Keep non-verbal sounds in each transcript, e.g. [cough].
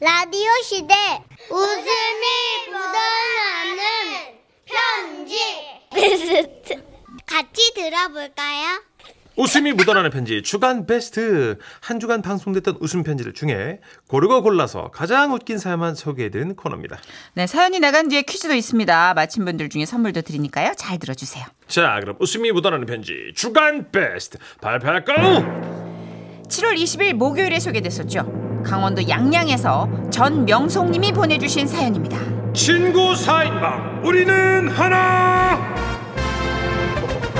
라디오 시대 웃음이 묻어나는 편지 베스트 같이 들어볼까요? 웃음이 묻어나는 편지 주간 베스트 한 주간 방송됐던 웃음 편지들 중에 고르고 골라서 가장 웃긴 사연만 소개해드리는 코너입니다. 네, 사연이 나간 뒤에 퀴즈도 있습니다. 맞힌 분들 중에 선물도 드리니까요. 잘 들어주세요. 자, 그럼 웃음이 묻어나는 편지 주간 베스트 발표할까요? 7월 20일 목요일에 소개됐었죠. 강원도 양양에서 전명송님이 보내주신 사연입니다. 친구 사인방 우리는 하나.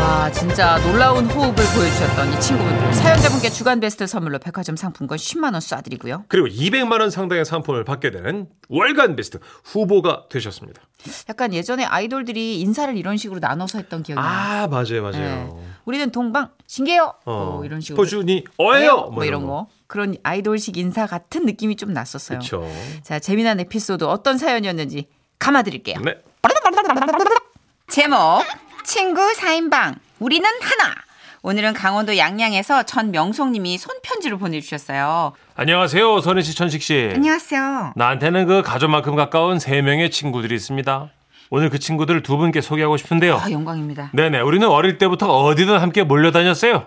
아, 진짜 놀라운 호흡을 보여주셨던 이 친구분들. 사연자분께 주간 베스트 선물로 백화점 상품권 10만 원 쏴드리고요. 그리고 200만 원 상당의 상품을 받게 되는 월간 베스트 후보가 되셨습니다. 음. 약간 예전에 아이돌들이 인사를 이런 식으로 나눠서 했던 기억이 나요. 아, 맞아요, 맞아요. 어. 네. 우리는 동방 신기해요. 뭐 이런 식으로. 포준이 어예요. 뭐 이런 거. 그런 아이돌식 인사 같은 느낌이 좀 났었어요. 그렇죠. 자, 재미난 에피소드 어떤 사연이었는지 감아 드릴게요. 네. 제목 친구 사인방 우리는 하나. 오늘은 강원도 양양에서 전명송 님이 손편지로 보내 주셨어요. 안녕하세요, 선희 씨, 천식 씨. 안녕하세요. 나한테는 그 가족만큼 가까운 세 명의 친구들이 있습니다. 오늘 그 친구들을 두 분께 소개하고 싶은데요. 아, 영광입니다. 네네, 우리는 어릴 때부터 어디든 함께 몰려다녔어요.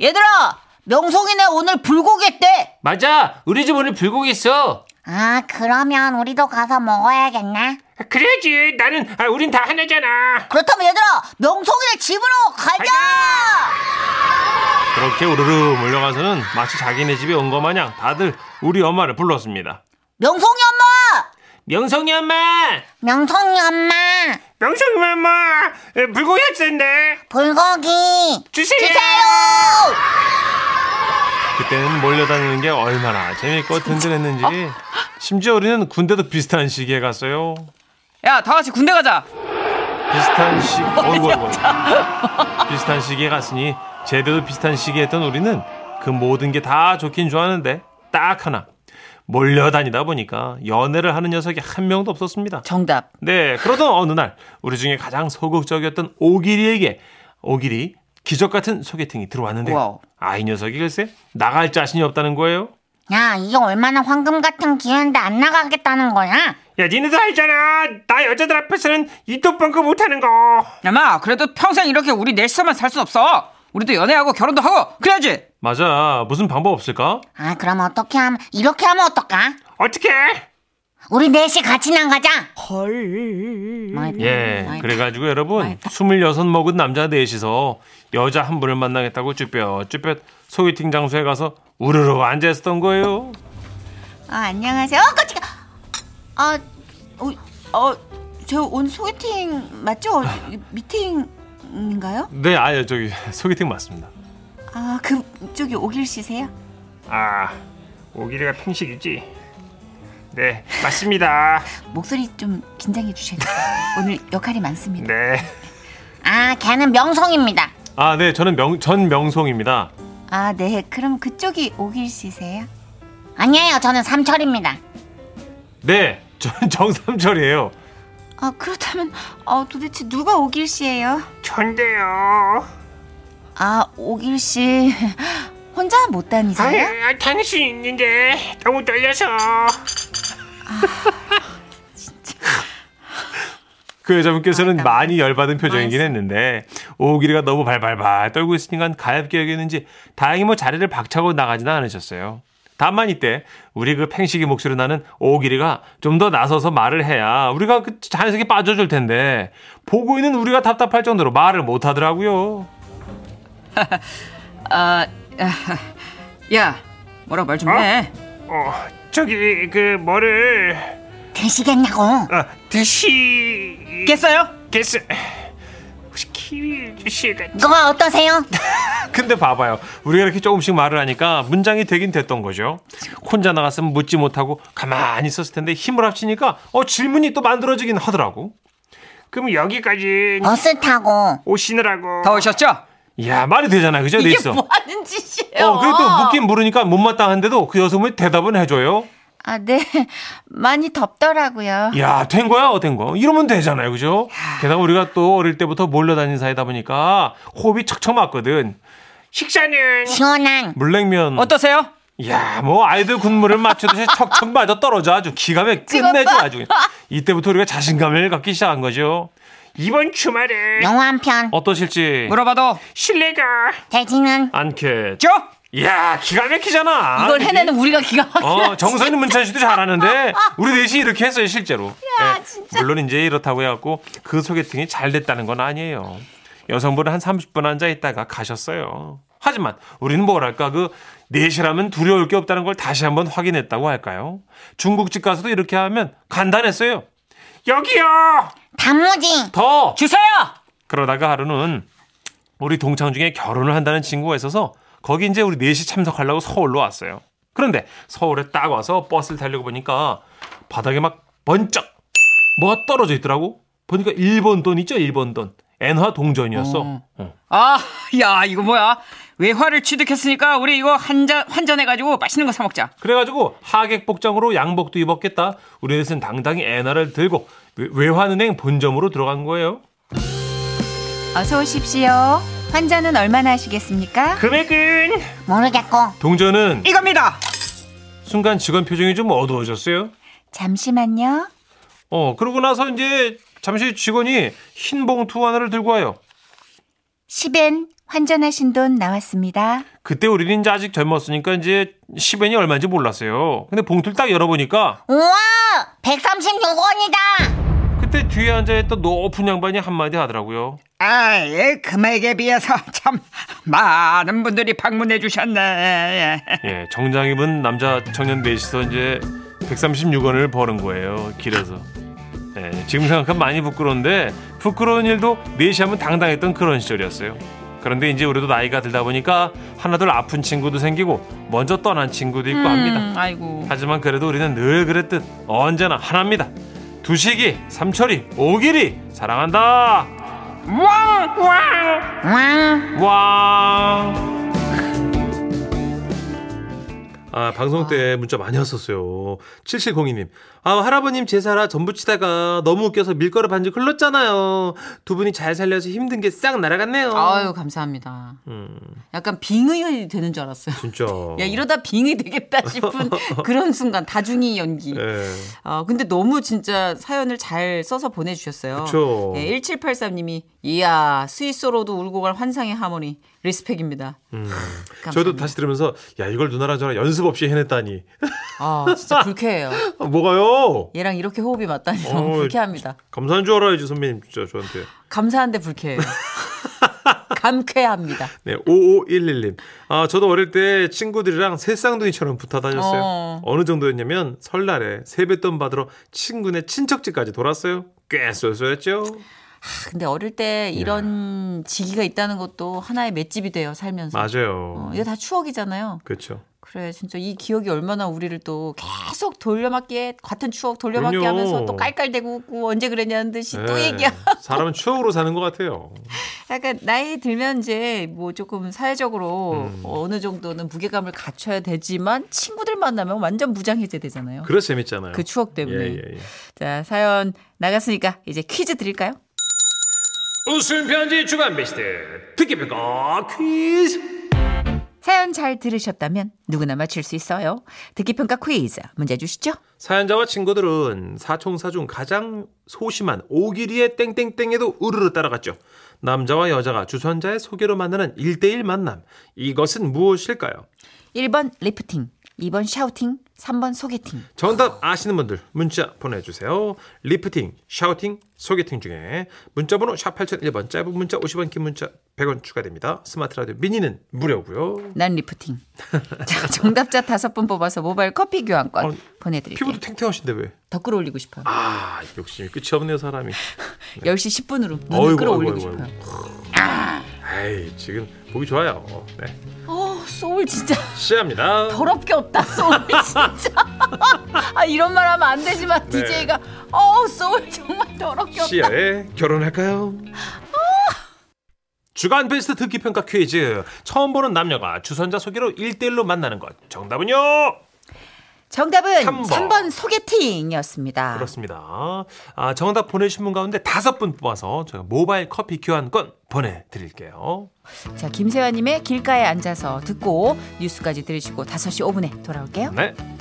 얘들아, 명송이네 오늘 불고기 했대. 맞아, 우리 집 오늘 불고기 있어. 아 그러면 우리도 가서 먹어야겠네 그래야지, 나는 아, 우린 다 하나잖아. 그렇다면 얘들아, 명송이네 집으로 가자. 그렇게 우르르 몰려가서는 마치 자기네 집에 온 것 마냥 다들 우리 엄마를 불렀습니다. 명송이 엄마! 명성이 엄마, 명성이 엄마 명성이 엄마, 불고기 했는데 불고기 주세요. 주세요 그때는 몰려다니는 게 얼마나 재밌고 든든했는지 심지어 우리는 군대도 비슷한 시기에 갔어요 야, 다 같이 군대 가자. 비슷한 시 어이구 어이구 비슷한 시기에 갔으니 제대도 비슷한 시기에 했던 우리는 그 모든 게 다 좋긴 좋았는데 딱 하나 몰려다니다 보니까 연애를 하는 녀석이 한 명도 없었습니다 정답. 네 그러던 어느 날 우리 중에 가장 소극적이었던 오길이에게 오길이 기적 같은 소개팅이 들어왔는데 와우. 아이 녀석이 글쎄 나갈 자신이 없다는 거예요 야 이게 얼마나 황금 같은 기회인데 안 나가겠다는 거야 야, 니네도 알잖아. 나 여자들 앞에서는 이또뻥긋 못하는 거. 야마 그래도 평생 이렇게 우리 넷이서만 살 순 없어 우리도 연애하고 결혼도 하고 그래야지 맞아. 무슨 방법 없을까? 아 그럼 어떻게 하면 이렇게 하면 어떨까 어떻게? 우리 넷이 같이 나가자 어, 헐 예. 그래가지고 여러분, 스물여섯 먹은 남자 넷이서 여자 한 분을 만나겠다고 쭈뼛 쭈뼛 소개팅 장소에 가서 우르르 앉아 있었던 거예요. 아, 안녕하세요. 어, 깜짝이야. 아, 어, 어저 오늘 소개팅 맞죠? 아. 미팅인가요? 네, 아, 예, 저기 소개팅 맞습니다. 아 그쪽이 오길 씨세요? 아, 오기리가 팽식이지. 네, 맞습니다. 목소리 좀 긴장해 주셔야 [laughs] 돼요 오늘 역할이 많습니다 네. 아, 걔는 명성입니다. 아, 네, 저는 명, 전 명송입니다. 아 네 그럼 그쪽이 오길 씨세요? 아니에요, 저는 삼철입니다. 네, 저는 [laughs] 정삼철이에요. 아 그렇다면 아 도대체 누가 오길 씨예요? 전데요. 아 오길 씨 [laughs] 혼자 못 네? 다니세요? 네, 아, 당수 있는데 너무 떨려서. 그 여자분께서는 많이 열받은 표정이긴 했는데 오기리가 너무 발발발 떨고 있으니까 가엾게 여기는지 다행히 뭐 자리를 박차고 나가지는 않으셨어요. 다만 이때 우리 그 팽식이 목소리 나는 오기리가 좀 더 나서서 말을 해야 우리가 그 자연스럽게 빠져줄 텐데 보고 있는 우리가 답답할 정도로 말을 못하더라고요. 아, 야, 뭐라 고 말 좀 해. 어, 저기 그 뭐를 되시겠냐고. 아, 드시 깼어요? 겠어 혹시 키위 주시가 이거 어떠세요? 근데 봐봐요 우리가 이렇게 조금씩 말을 하니까 문장이 되긴 됐던 거죠 혼자 나갔으면 묻지 못하고 가만히 있었을 텐데 힘을 합치니까 어 질문이 또 만들어지긴 하더라고 그럼 여기까지 버스 타고. 오시느라고 다 오셨죠? 뭐, 야 말이 되잖아 그죠 네 있어 하는 짓이에요? 어 그래도 묻긴 물으니까 못마땅한데도 그 여성분이 대답은 해줘요 아, 네. [laughs] 많이 덥더라고요. 야, 된 거야, 어, 된 거. 이러면 되잖아요, 그죠? 게다가 우리가 또 어릴 때부터 몰려다닌 사이다 보니까 호흡이 척척 맞거든. 식사는 시원한. 물냉면. 어떠세요? 이야, 뭐 아이들 군무를 [laughs] 맞추듯이 척척마저 떨어져 아주 기가 막히게 끝내죠 아주. 이때부터 우리가 자신감을 갖기 시작한 거죠. 이번 주말에 영화 한 편. 어떠실지 물어봐도 실례가 대지는 않겠죠? 죠? 이야, 기가 막히잖아. 이걸 해내는 우리가 기가 막혀. 어, 정선이 문찬 씨도 잘하는데 우리 넷이 이렇게 했어요 실제로. 예, 물론 이제 이렇다고 해갖고 그 소개팅이 잘 됐다는 건 아니에요. 여성분은 한 30분 앉아 있다가 가셨어요. 하지만 우리는 뭐랄까 그 넷이라면 두려울 게 없다는 걸 다시 한번 확인했다고 할까요? 중국집 가서도 이렇게 하면 간단했어요. 여기요. 단무지. 더 주세요. 그러다가 하루는 우리 동창 중에 결혼을 한다는 친구가 있어서 거기 이제 우리 넷이 참석하려고 서울로 왔어요. 그런데 서울에 딱 와서 버스를 타려고 보니까 바닥에 막 번쩍 뭐가 떨어져 있더라고. 보니까 일본 돈 있죠? 일본 돈. 엔화 동전이었어. 어. 아, 야, 이거 뭐야? 외화를 취득했으니까 우리 이거 한잔 환전해가지고 맛있는 거 사 먹자. 그래가지고 하객 복장으로 양복도 입었겠다. 우리 넷은 당당히 엔화를 들고 외- 외환은행 본점으로 들어간 거예요. 어서 오십시오. 환자는 얼마나 하시겠습니까? 그 금액은 모르겠고. 동전은 이겁니다. 순간 직원 표정이 좀 어두워졌어요. 잠시만요. 어, 그러고 나서 이제 잠시 직원이 흰 봉투 하나를 들고 와요. 10엔 환전하신 돈 나왔습니다. 그때 우리는 이제 아직 젊었으니까 이제 10엔이 얼마인지 몰랐어요. 근데 봉투를 딱 열어보니까 우와! 136원이다! 그때 뒤에 앉아있던 높은 양반이 한마디 하더라고요. 아, 예, 금액에 비해서 [laughs] 참 많은 분들이 방문해 주셨네. 예. 예, 정장 입은 남자 청년 넷이서 이제 136원을 버는 거예요. 길에서. 예, 지금 생각하면 많이 부끄러운데 부끄러운 일도 넷이 하면 당당했던 그런 시절이었어요. 그런데 이제 우리도 나이가 들다 보니까 하나둘 아픈 친구도 생기고 먼저 떠난 친구도 있고 합니다. 음, 아이고. 하지만 그래도 우리는 늘 그랬듯 언제나 하나입니다. 두식이, 삼철이, 오길이 사랑한다. 왕! 왕! 왕. 왕! 아, 방송 때 문자 많이 왔었어요. 7702님. 아, 할아버님 제사라 전부 치다가 너무 웃겨서 밀가루 반죽 흘렀잖아요. 두 분이 잘 살려서 힘든 게 싹 날아갔네요. 아유, 감사합니다. 어. 음, 약간 빙의 되는 줄 알았어요. 진짜. 야, 이러다 빙의 되겠다 [laughs] 싶은 그런 순간 다중이 연기. 예. 아, 근데 너무 진짜 사연을 잘 써서 보내주셨어요. 그쵸. 예, 1783님이, 이야, 스위스로도 울고 갈 환상의 하모니. 리스펙입니다. 감사합니다. 음. 저도 다시 들으면서 야, 이걸 누나랑 저랑 연습 없이 해냈다니. [laughs] 아, 진짜 불쾌해요. 아, 뭐가요? 얘랑 이렇게 호흡이 맞다니 너무 어이. 불쾌합니다. 감사한 줄 알아야지 선배님 진짜 저한테. [laughs] 감사한데 불쾌해요. 감쾌합니다. 네, 5511님. 아, 저도 어릴 때 친구들이랑 새쌍둥이처럼 붙어 다녔어요. 어. 어. 느 정도였냐면 설날에 세뱃돈 받으러 친구네 친척집까지 돌았어요. 꽤 쏠쏠했죠. 아, 근데 어릴 때 예. 이런 직위가 있다는 것도 하나의 맷집이 돼요, 살면서. 맞아요. 어, 이거 다 추억이잖아요. 그렇죠. 그래, 진짜 이 기억이 얼마나 우리를 또 계속 돌려막기에, 같은 추억 돌려막기 그럼요. 하면서 또 깔깔대고 웃고 언제 그랬냐는 듯이 또 예, 얘기야. 사람은 추억으로 사는 것 같아요. 약간 나이 들면 이제 뭐 조금 사회적으로 음. 어느 정도는 무게감을 갖춰야 되지만 친구들 만나면 완전 무장해제 되잖아요. 그, 그래서 재밌잖아요. 추억 때문에. 예, 예, 예. 자, 사연 나갔으니까 이제 퀴즈 드릴까요? 웃음 편지 주간 베스트 특기 평가 퀴즈. 사연 잘 들으셨다면 누구나 맞힐 수 있어요. 듣기평가 퀴즈 문제 주시죠. 사연자와 친구들은 사총사 중 가장 소심한 오기리의 땡땡땡에도 우르르 따라갔죠. 남자와 여자가 주선자의 소개로 만나는 1대1 만남. 이것은 무엇일까요? 1번 리프팅, 2번 샤우팅, 3번 소개팅. 정답 아시는 분들 문자 보내주세요. 리프팅, 샤우팅, 소개팅 중에 문자번호 샵 8001번 짧은 문자 50원 긴 문자 100원 추가됩니다. 스마트 라디오 미니는 무료고요. 난 [laughs] 리프팅. 자, 정답자 다섯 분 뽑아서 모바일 커피 교환권 어, 보내드릴게요. 피부도 탱탱하신데 왜? 더 끌어올리고 싶어요. 아 욕심이 끝이 없네요 사람이. 10시 10분으로 눈을 어이구, 끌어올리고 어이구, 싶어요. 어이구. 에이 지금 보기 좋아요. 네. 어, 소울 진짜 시작합니다. 더럽게 없다. 소울 진짜. [laughs] 아, 이런 말 하면 안 되지만 네. DJ가 어, 소울 정말 더럽게 없다. 시야에 결혼할까요? 주간 베스트 듣기 평가 퀴즈. 처음 보는 남녀가 주선자 소개로 1대1로 만나는 것. 정답은요? 정답은 삼 번. 3번, 소개팅이었습니다. 그렇습니다. 아, 정답 보내주신 분 가운데 다섯 분 뽑아서 저희 모바일 커피 교환권 보내드릴게요. 자, 김세환님의 길가에 앉아서 듣고 뉴스까지 들으시고 5시 5분에 돌아올게요. 네.